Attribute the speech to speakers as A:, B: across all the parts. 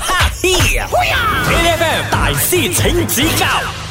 A: 哈 FM 大師請指教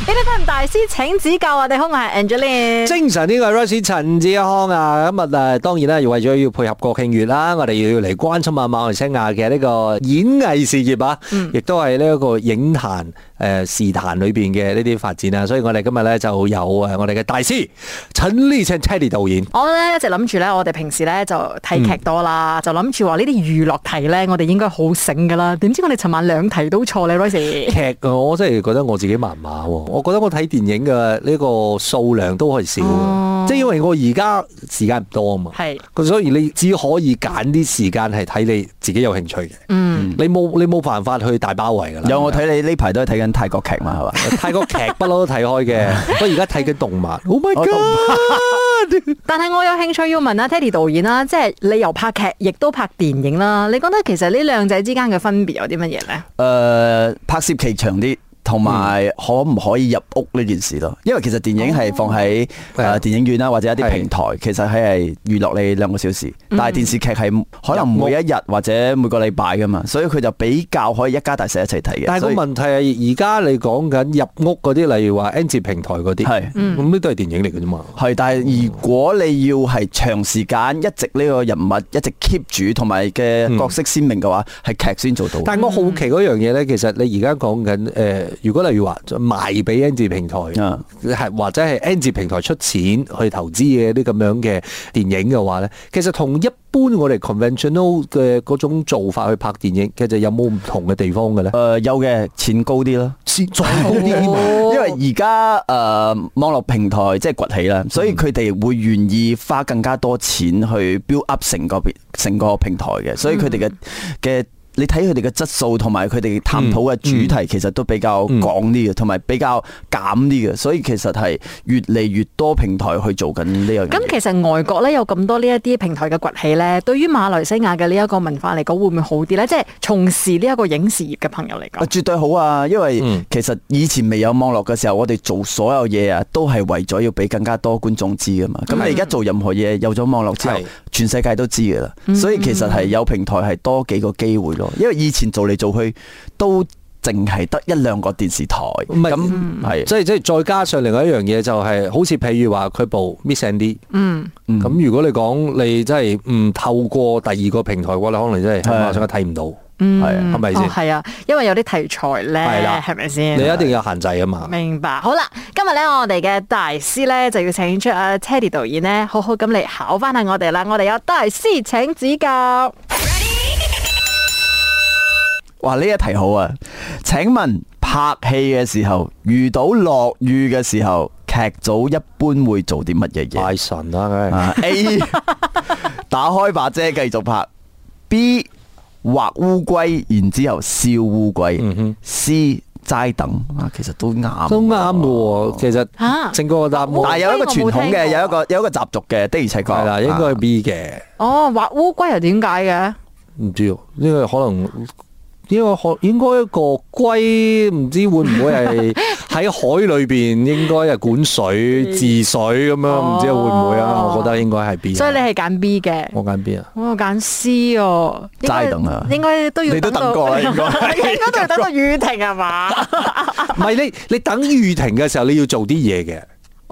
B: 呢啲聽大師請指教啊！我哋空係 Angeline，
C: 精神呢個 Rice 陳志康啊，咁啊誒當然啦，要為咗要配合國慶月啦，我哋要嚟關心下馬來西亞嘅呢個演藝事業啊，亦都係呢一個影壇誒視壇裏邊嘅呢啲發展啊，所以我哋今日咧就有誒我哋嘅大師陳立成 Teddy 導演，
B: 我咧一直諗住咧，我哋平時咧就睇劇多啦，就諗住話呢啲娛樂題咧，我哋應該好醒噶啦。點知我哋尋晚兩題都錯咧 Royce
C: 劇啊我真係覺得我自己麻麻喎，我覺得我睇電影嘅呢個數量都係少嘅，即係因為我而家時間唔多啊嘛。
B: 係
C: 咁所以你只可以揀啲時間係睇你自己有興趣嘅，嗯，你冇你冇辦法去大包圍㗎啦。
D: 有啊我睇你呢排都係睇緊泰國劇嘛，係嘛？
C: 泰國劇不嬲都睇 開嘅，不過而家睇緊動漫。Oh my
D: 哦
C: god！
B: 但係我有興趣要問啊 Teddy 導演啦，即係你又拍劇，亦都拍電影啦。你覺得其實呢兩者之間嘅分別有啲乜嘢咧？
D: 誒、呃拍攝期長啲，同埋
C: 嗯
D: 可唔可以入屋呢件事咯？因為其實電影係放喺誒、
C: 哦係啊
D: 呃、電影院啦，或者一啲
C: 係嗯
D: 平台，其實係係娛樂你兩個小時，但係電視劇係可能每一日或者每個禮拜噶嘛，所以佢就比較可以一家大細一齊睇嘅。
C: 但係
D: 所以
C: 個問題係而家你講緊入屋嗰啲，例如話 N 字平台嗰啲，
D: 係嗯
C: 咁呢都係電影嚟嘅啫嘛。
D: 係，但係如果你要係長時間一直呢個人物一直 keep 住，同埋
C: 嗯
D: 嘅角色鮮明嘅話，係劇先做到。
C: 但係我好奇嗰樣嘢咧，其實你而家講緊誒，如果例如話賣俾 N 字平台，
D: 啊
C: 係或者係 N 字平台出錢去投資嘅啲咁樣嘅電影嘅話咧，其實同一般我哋 conventional 嘅嗰種做法去拍電影，其實有冇唔同嘅地方嘅咧
D: 誒、？呃有嘅錢高啲啦。
C: 先再高啲啊
B: 哦
D: 因為而家誒網絡平台即係崛起
C: 嗯
D: 啦，所以佢哋會願意花更加多錢去 build up 成個平成個平台嘅，所以佢哋嘅
B: 嗯
D: 嘅。你睇佢哋嘅質素同埋佢哋探討嘅主
C: 嗯
D: 題，其實都比較廣啲嘅，同埋比較減啲嘅，所以其實係越嚟越多平台去做緊呢樣嘢。
B: 咁其實外國咧有咁多呢一啲平台嘅崛起咧，對於馬來西亞嘅呢一個文化嚟講，會唔會好啲咧？即係從事呢一個影視業嘅朋友嚟
D: 啊，
B: 講，
D: 絕對好啊！因
C: 嗯
D: 為其實以前未有網絡嘅時候，我哋做所有嘢啊，都係為咗要俾更加多觀眾知噶嘛。咁你而家做任何嘢，有咗網絡之後
C: 嗯係，
D: 全世界都知噶啦。所以其實係有平台係多幾個機會咯。因為以前做嚟做去都淨係得一兩個電視台，
C: 唔係嗯
D: 咁係
C: 即係即係再加上另外一樣嘢就係、好似譬如話佢部 Miss and D，
B: 嗯。
C: 咁、如果你講你真係唔透過第二個平台嘅話，你可能真係喺馬上睇唔到，
D: 係啊
C: 係咪先
B: 哦，？係啊，因為有啲題材
C: 係
B: 咧
C: 啦，
B: 係咪先？
C: 你一定有限制啊嘛。
B: 明白。好啦，今日咧我哋嘅大師咧就要請出阿 Teddy 導演咧，好好咁嚟考翻下我哋啦。我哋有大師請指教。
D: 哇！呢一題好啊。請問拍戲嘅時候遇到落雨嘅時候，劇組一般會做啲乜嘢嘢？
C: 拜神啦，梗係
D: 啊 A 打開把遮繼續拍，B 畫烏龜，然之後燒烏龜，C 齋等啊，其實都啱，
C: 嗯都啱嘅喎。其
B: 啊
C: 實整個答案
B: 烏龜
D: 但係有一個傳統嘅，
B: 我冇聽過
D: 有一個有一個習俗嘅，的而且確啊
C: 係
B: 啊
C: 啦，應該係 B 嘅，
B: 哦，畫烏龜又點解嘅？
C: 唔知喎呢個可能。因為可應該一個龜唔知會唔會係 喺海裏邊應該係管水治水咁樣，唔知會唔會啊？
B: 嗯哦
C: 我覺得應該係 B 啊。
B: 所以你係揀 B 嘅。
C: 我揀 B 啊？
B: 我揀 C 哦，應該
D: 齋等啊
B: 應該都要
D: 你都
B: 到
D: 等過啦應該
B: 應該都要等到雨停係嘛？啊
C: 唔係你你等雨停嘅時候，你要做啲嘢嘅，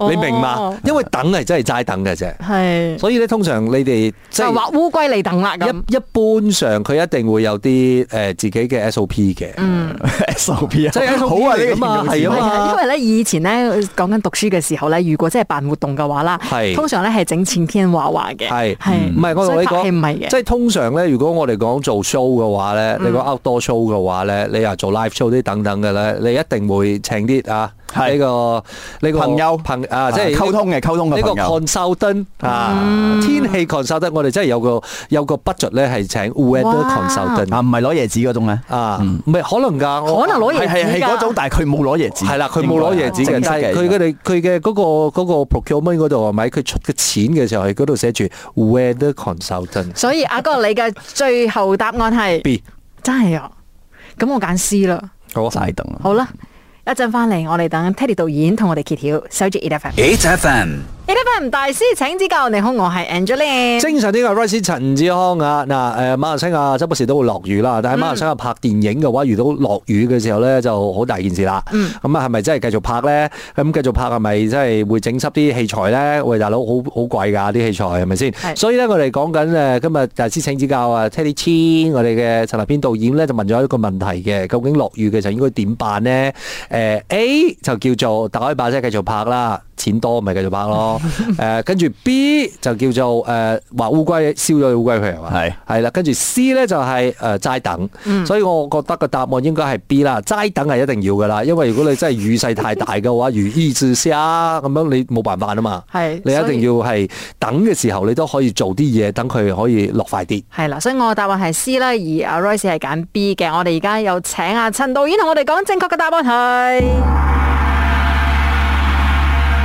C: 你明嘛
B: 哦？
C: 因為等係真係齋等嘅啫，
B: 係
C: 所以咧通常你哋即
B: 就
C: 係
B: 畫烏龜嚟等啦咁。
C: 一一般上佢一定會有啲誒、呃自己嘅 SOP 嘅，
B: 嗯
D: SOP 啊，
C: 即係 SOP
D: 好 啊呢
C: 嚟
D: 個
C: 㗎嘛
D: 形容詞
B: 係
C: 係啊嘛
B: 啊，因為咧以前咧講緊讀書嘅時候咧，如果真係辦活動嘅話啦，
C: 係
B: 通常咧係整前天畫畫嘅，
C: 係嗯
B: 係
C: 唔係我同
B: 所
C: 你
B: 以拍戲唔係
C: 講，
B: 嘅
C: 即係通常咧，如果我哋講做 show 嘅話咧，你講 outdoor show 嘅話咧，你又做 live show 啲等等嘅咧，你一定會請啲啊
D: 係
C: 呢個呢個
D: 朋友
C: 朋啊，
D: 啊
C: 即係
D: 溝通嘅溝通
C: 呢
D: 嘅
C: 個
D: 朋友，
C: consultant 啊，天氣 consultant，我哋真係有個有個 budget 咧係請 weather
B: 哇
C: consultant
D: 啊唔係攞椰子嗰種咧，
C: 啊，唔係可能㗎，我
B: 可能攞椰
D: 係
B: 子
D: 係係
B: 㗎
D: 嗰種，但係佢冇攞椰子，
C: 係啦，佢冇攞椰子嘅
D: 應，該
C: 但
D: 係
C: 係
D: 正
C: 佢
D: 式
C: 佢
D: 嘅
C: 哋佢嘅嗰個嗰個 procurement 嗰度係咪？佢出嘅錢嘅時候係嗰度寫住 weather consultant
B: 所以阿哥你嘅最後答案係
C: B，
B: 真係啊，咁我揀 C 啦，
C: 好啊
D: 齋等啊。
B: 好啦，一陣翻嚟我哋等 Teddy 導演同我哋揭曉，守住 e d f
A: ，Eight FM
B: A F M 大師請指教，你好，我係 Angeline。
C: 精神呢個 Rice 陳志康啊，嗱誒馬來西亞周不時都會落雨啦，但係馬來西亞拍電影嘅話，遇到落雨嘅時候咧就好大件事啦。咁啊係咪真係繼續拍咧？咁繼續拍係咪真係會整濕啲器材咧？喂大佬，好好貴㗎啲器材係咪先？
B: 係
C: 所以咧我哋講緊誒今日大師請指教啊 Teddy Chin 我哋嘅陳立編導演咧就問咗一個問題嘅，究竟落雨嘅時候應該點辦咧？誒、A 就叫做打開把遮繼續拍啦。錢多咪繼續拍咯。誒、跟住 B 就叫做誒話、烏龜燒咗隻烏龜佢係嘛？
D: 係
C: 係啦，跟住 C 咧就係誒齋等，所以我覺得個答案應該係 B 啦。齋等係一定要噶啦，因為如果你真係雨勢太大嘅話，如衣至沙咁樣，你冇辦法啊嘛。
B: 係
C: 你一
B: 所以
C: 定要係等嘅時候，你都可以做啲嘢，等佢可以落快啲。
B: 係啦，所以我嘅答案係 C 啦，而阿 Royce 係揀 B 嘅。我哋而家有請阿陳導演同我哋講正確嘅答案係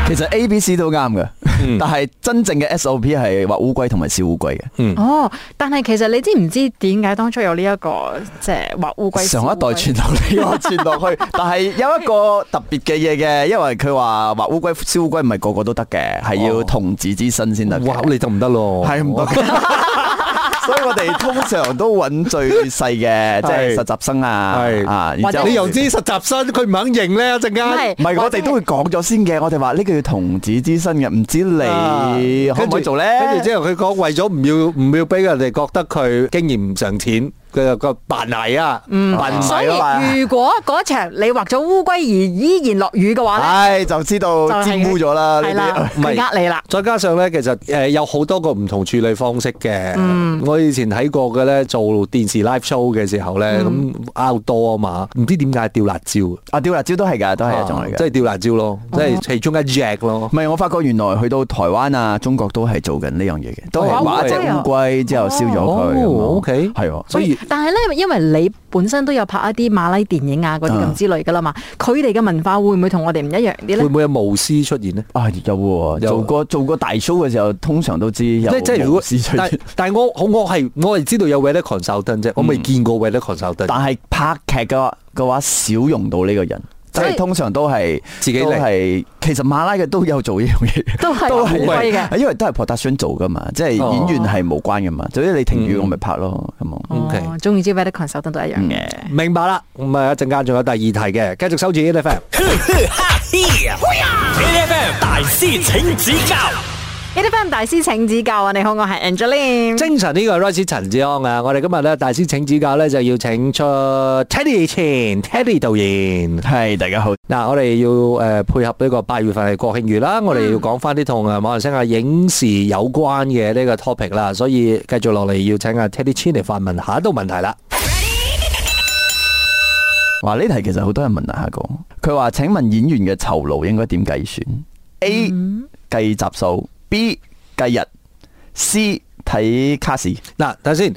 D: 其實 A、B、C 都啱嘅，
C: 嗯
D: 但係真正嘅 SOP 係畫烏龜同埋燒烏龜嘅。
B: 哦。但係其實你知唔知點解當初有呢、一個即係畫烏龜？啊
D: 上一代傳落嚟，我傳落去，但係有一個特別嘅嘢嘅，因為佢話畫烏龜、燒烏龜唔係個個都得嘅，係要童子之身先得嘅。
C: 哇！你得唔得咯？
D: 係 唔得嘅。所以我哋通常都揾最細嘅，即係
C: 係
D: 實習生啊
C: 係，
D: 啊，然
B: 或
D: 之
B: 者
D: 後
C: 你又知實習生佢唔肯認咧，一陣
B: 唔係
C: 間。
D: 唔係我哋都會講咗先嘅，我哋話呢個要童子之身嘅，唔知你可唔可以做咧？
C: 跟住之後佢講為咗唔要唔要俾人哋覺得佢經驗唔上淺，佢就個扮泥啊，扮唔
B: 所
C: 係啊嘛。
B: 以如果嗰場你畫咗烏龜而依然落雨嘅話咧，
D: 唉，就知道
B: 就係
D: 沾污咗啦啊呢
B: 係
D: 啲
B: 啦。，
C: 唔係
B: 佢呃你啦。
C: 再加上咧，其實誒有好多個唔同處理方式嘅。我以前睇過嘅咧，做電視 live show 嘅時候咧，咁 out 多啊嘛，唔知點解掉辣椒，
D: 啊，吊辣椒都係㗎，都係一種嚟
C: 啊
D: 嘅。
C: 即係哦掉辣椒咯，即係其中一 jack 咯
D: 唔。係，我發覺原來去到台灣啊、中國都係做緊呢樣嘢嘅，都係
C: 哦
D: 畫一隻烏龜之後燒咗佢咁樣。啊
C: 哦，OK
D: 係喎，
C: 所以
B: 喂但係咧，因為你本身都有拍一啲馬拉電影啊嗰啲咁之類噶啦嘛，佢哋嘅文化會唔會同我哋唔一樣啲咧
C: 會？唔會有巫師出現呢？
D: 啊有喎，
C: 有
D: 做過做過大 show 嘅時候，通常都知有
C: 即即係如果
D: 巫師出
C: 但
D: 現
C: 但係我我我係我係知道有 weather consultant 啫，我未見過 weather consultant。
D: 但係拍劇嘅話嘅話，少用到呢個人，即
B: 所以
D: 係通常都係
C: 自己嚟
D: 都係其實馬拉嘅都有做呢樣 嘢。
B: 都係
D: 都
B: 烏
D: 係
B: 龜嘅。
D: 因為都係 production 做噶嘛，即係
C: 哦
D: 演員係無關噶嘛。總之你停雨我咪拍咯，咁樣。
C: OK
B: 哦，中意知 weather consultant 都一樣嘅。
D: 嗯
C: 明白啦，咁啊一陣間仲有第二題嘅，繼續收住 A F M。
A: A F M 大師請指教
B: 一啲 FM 大師請指教啊！你好，我係 Angeline。
C: 精神呢個 Rice 陳志安啊，我哋今日咧大師請指教咧就要請出 Teddy 前 Teddy 導演。
D: 係大家好，
C: 嗱，我哋要誒呃配合呢個八月份係國慶月啦，我哋要講翻啲同誒馬來西亞影視有關嘅呢個 topic 啦，所以繼續落嚟要請阿 Teddy Chin 嚟發問下一道問題啦。
D: 話呢題其實好多人問啊下個，佢話請問演員嘅酬勞應該點計算？A
B: 嗯
D: 計集數，B 計日，C 睇卡士。
C: 嗱，睇下先，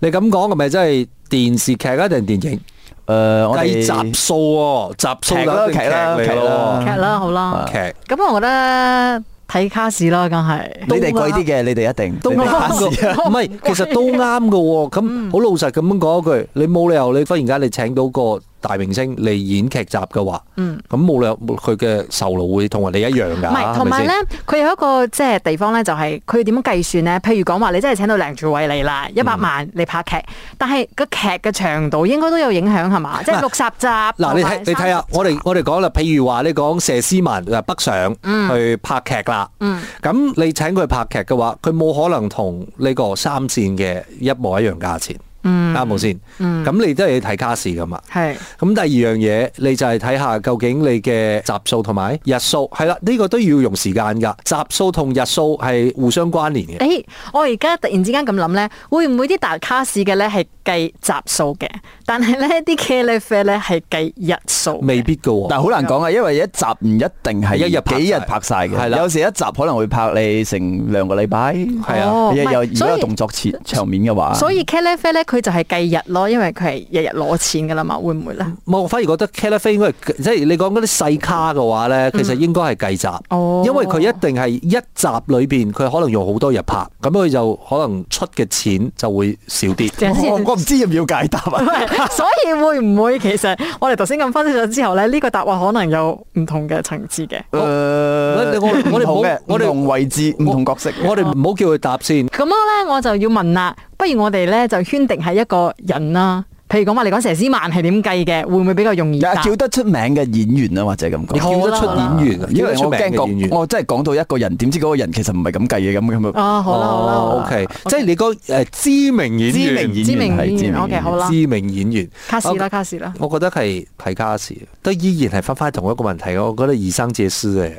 C: 你咁講係咪真係電視劇啊定電影？
D: 誒，呃我
C: 計
D: 哋
C: 集數喎，集數
D: 劇啦
C: 就一定
D: 劇啦
C: 嚟
D: 劇
C: 咯
D: 啦
B: 劇啦，好啦。
C: 劇。
B: 咁我覺得睇卡士啦，梗係。
D: 你哋貴啲嘅，你哋一定
C: 都
D: 你哋
C: 啱
D: 卡士
C: 嘅，唔係，其實都啱嘅喎。咁好老實咁樣講一句，你冇理由你忽然間你請到個大明星嚟演劇集嘅話，
B: 嗯
C: 咁冇理由佢嘅酬勞會同人哋一樣㗎，
B: 唔係，
C: 啊係
B: 同埋
C: 咪
B: 咧
C: 先？，
B: 佢有一個即係地方咧，就係佢點樣計算咧？譬如講話，你真係請到梁朝偉嚟啦，一百
C: 嗯
B: 萬你拍劇，但係個劇嘅長度應該都有影響係嘛？即係六十集。
C: 嗱，你睇你睇啊下，我哋我哋講啦，譬如話你講佘詩曼嗱北上去拍劇啦，
B: 嗯
C: 咁你請佢拍劇嘅話，佢冇可能同呢個三線嘅一模一樣價錢，
B: 嗯
C: 啱冇先？
B: 嗯
C: 咁你都係要睇卡士㗎嘛。
B: 係
C: 咁第二樣嘢，你就係睇下究竟你嘅集數同埋日數，係啦，呢、個都要用時間㗎。集數同日數係互相關聯嘅。
B: 誒，我而家突然之間咁諗咧，會唔會啲大卡士嘅咧係計集數嘅，但係咧啲茄喱啡咧係計日數嘅？
C: 未必㗎喎。
D: 但係好難講啊，因為一集唔一定係
C: 一日拍晒
D: 幾日拍晒
C: 係
D: 嘅，
C: 啦
D: 有時一集可能會拍你成兩個禮拜，
C: 係啊
B: 哦
D: 有
B: 唔係
D: 有如
B: 所
D: 果
B: 以
D: 有動作切場面嘅話，
C: 啊
B: 所以 c a l i f e 咧，佢就係計日咯，因為佢係日日攞錢噶啦嘛，會唔會咧？
C: 我反而覺得 c a l i f a 應該係即係你講嗰啲細卡嘅話咧，其實應該係計集，
B: 嗯哦
C: 因為佢一定係一集裏邊佢可能用好多日拍，咁佢就可能出嘅錢就會少啲。
B: 鄭先
D: 我我唔知要唔要解答啊？
B: 所以會唔會其實我哋頭先咁分析咗之後咧，呢、個答案可能有唔同嘅層次嘅。
D: 誒，
C: 我哋
D: 呃唔同嘅，
C: 我
D: 唔
C: 哋
D: 同位置，唔同角色。
C: 我哋唔好叫佢答先，
B: 咁樣咧，我就要問啦，不如我哋咧就圈定係一個人啦。譬如講話你講佘詩曼係點計嘅，會唔會比較容易答？
D: 有叫得出名嘅演員啊，或者咁
C: 你叫
D: 講。
C: 得出演員啊，
D: 因為
C: 叫
D: 我驚
C: 得出名嘅演員
D: 講，我真係講到一個人，點知嗰個人其實唔係咁計嘅，咁咁啊。
B: 啊，好啦好啦好
C: 哦
B: 啦
C: ，OK，即係你個誒知名演
D: 知
C: 員
D: 名，
B: 知
D: 演
B: 名
D: 員係
B: 演員，OK，好啦，
C: 知名演員，
B: 卡士啦
C: 我
B: 卡士啦，
C: 我覺得係睇卡士，都依然係翻翻同一個問題。我覺得二生借師嘅。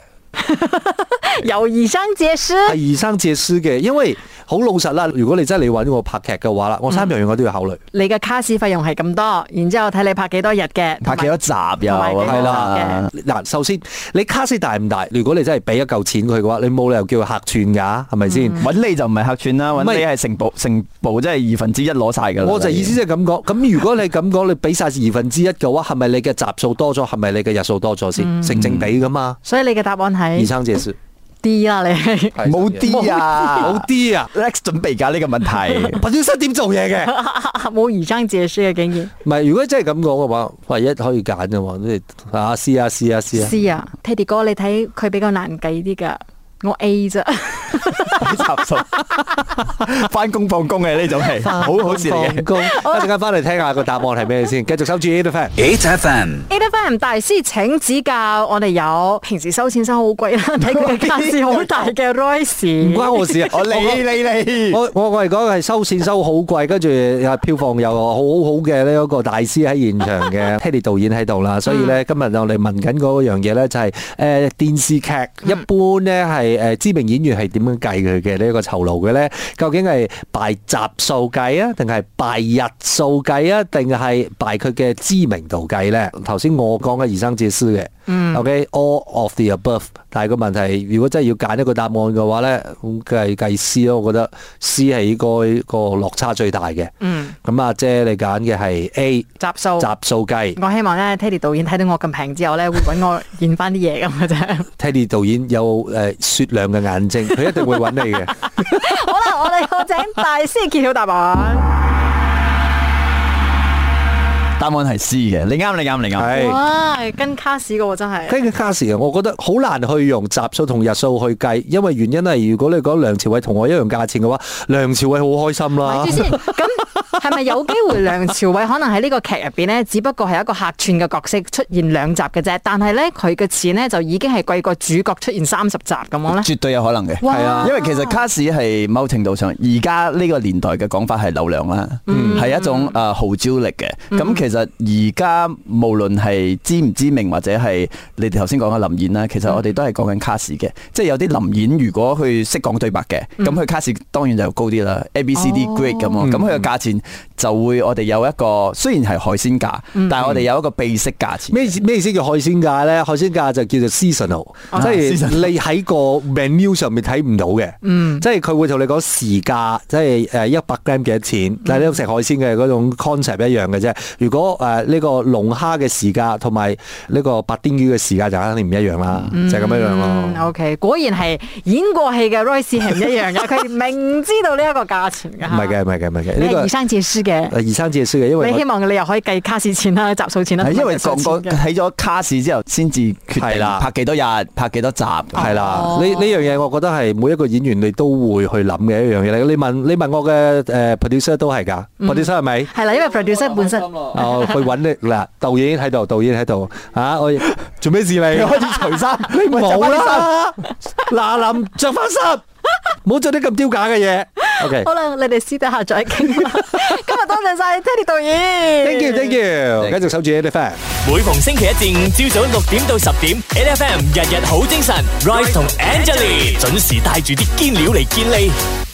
B: 由而生借書，
C: 係二生借書嘅，因為好老實啦。如果你真係你揾我拍劇嘅話啦，我三樣嘢我都要考慮。
B: 你嘅卡士費用係咁多，然之後睇你拍幾多日嘅，
D: 拍幾多集又
B: 同埋幾多
D: 係
B: 嘅
D: 啦，
C: 嗱，首先你卡士大唔大？如果你真係俾一嚿錢佢嘅話，你冇理由叫佢客串㗎，係咪先？
D: 揾你就唔係客串啦，
C: 唔
D: 揾
C: 係
D: 你係成部成部即係二分之一攞晒㗎啦。
C: 我就意思即係咁講。咁如果你咁講，你俾晒二分之一嘅話，係咪你嘅集數多咗？係咪你嘅日數多咗先？
D: 嗯
C: 成正比㗎嘛？
B: 所以你嘅答案
C: 二
B: 係
C: 生借書
B: D 啦，你 係
C: 係
D: 冇啲啊，
C: 冇啲啊！
D: Lex 準備㗎呢個問 題。
C: 白先生點做嘢嘅？
B: 冇而生借書嘅竟然。
C: 唔係，如果真係咁講嘅話，唯一可以揀嘅嘛，即係啊，試啊，試啊，試啊。
B: C 啊，Teddy 哥，你睇佢比較難計啲㗎，我 A 啫。
D: 插數，翻工放工嘅呢種係好好事嚟嘅
C: 放。工，一陣間翻嚟聽下個答案係咩先，繼續收住 A F M。
A: ，H F M，
B: A F M 大師請指教，我哋有平時收錢收好貴啦，睇佢嘅家事好大嘅 Royce，
C: 唔關我 事啊！
D: 我哦你你你，
C: 我我我係講係收線收好貴，跟住啊票房又好好嘅呢一個大師喺現場嘅 Teddy 導演喺度啦，所以咧今日我哋問緊嗰樣嘢咧就係誒電視劇一般咧係誒知名演員係點樣計佢嘅呢一個酬勞嘅咧？究竟係敗集數計啊，定係敗日數計啊，定係敗佢嘅知名度計咧？頭先我講嘅二生自私嘅。OK，all of the above。但係個問題，如果真係要揀一個答案嘅話咧，咁計計 C 咯，我覺得 C 係應該個落差最大嘅。
B: 嗯，
C: 咁阿姐你揀嘅係 A
B: 集數。
C: 集數計
B: 我希望咧，Teddy 導演睇到我咁平之後咧，會揾我演翻啲嘢咁嘅 啫。
C: ，Teddy 導演有誒雪亮嘅眼睛，佢一定會揾你嘅。
B: 好啦，我哋有請大師揭曉答案。
D: 答案係 C 嘅，你啱你啱你啱。
C: 係。
B: 哇，跟卡士嘅喎，真係。
C: 跟住卡士啊，我覺得好難去用集數同日數去計，因為原因係如果你講梁朝偉同我一樣價錢嘅話，梁朝偉好開心啦
B: 咪住。先，咁係咪有機會梁朝偉可能喺呢個劇入邊咧，只不過係一個客串嘅角色出現兩集嘅啫，但係咧佢嘅錢咧就已經係貴過主角出現三十集咁樣咧？
D: 絕對有可能嘅，
B: 哇係啊
D: 因為其實卡士係某程度上，而家呢個年代嘅講法係流量啦，
B: 嗯
D: 係一種誒號召力嘅。咁其實而家無論係知唔知名或者係你哋頭先講嘅林演啦，其實我哋都係講緊卡士
B: 嗯
D: 嘅，即係有啲林演如果佢識講對白嘅，咁佢卡士當然就高啲啦，A B C D
B: 哦
D: grade 咁咯。咁佢嘅價錢就會我哋有一個雖然係海鮮價，
B: 嗯
D: 但係我哋有一個秘式價錢。
C: 咩咩意思叫海鮮價咧？海鮮價就叫做 seasonal，
D: 啊
C: 即係
D: seasonal
C: 你喺個 menu 上面睇唔到嘅。
B: 嗯
C: 即係佢會同你講時價，即係誒一百 gram 幾多錢。
B: 嗯
C: 但係呢度食海鮮嘅嗰種 concept 一樣嘅啫。如果誒呢個龍蝦嘅時價同埋呢個白甸魚嘅時價就肯定唔一樣啦，就係咁樣樣
B: 嗯
C: 咯。
B: ，OK，果然係演過戲嘅 Royce 係唔一樣嘅，佢明知道呢一個價錢㗎。
C: 唔係嘅，唔係嘅，唔係嘅，
B: 你
C: 呢
B: 係
C: 個
B: 二生借書嘅。
C: 誒二生借書嘅，因為
B: 你
C: 我
B: 希望你又可以計卡士錢啦、集數錢啦，
D: 係因為個
B: 同
D: 個
B: 埋集數錢嘅
D: 睇咗卡士之後，先至決
C: 係
D: 定
C: 啦
D: 拍幾多日，拍幾多集。
C: 係啦，
B: 哦
C: 呢呢樣嘢我覺得係每一個演員你都會去諗嘅一樣嘢嚟。你問你問我嘅誒 producer 都係㗎，producer
B: 嗯
C: 係咪？
B: 係啦，因為 producer 本身
C: 哦，去揾你嗱，導演喺度，導演喺度嚇，我做咩事你？
D: 你開始除衫，
C: 你冇啦，嗱臨着翻衫，唔好做啲咁丟架嘅嘢。OK，
B: 好啦，你哋私底下再傾啦。 今日多謝晒 Teddy 導演
C: thank you，thank you，繼續守住 A F M。
A: 每逢星期一至五朝早六點到十點，N F M 日日好精神，Rise 同 Angelie 準時帶住啲堅料嚟健利。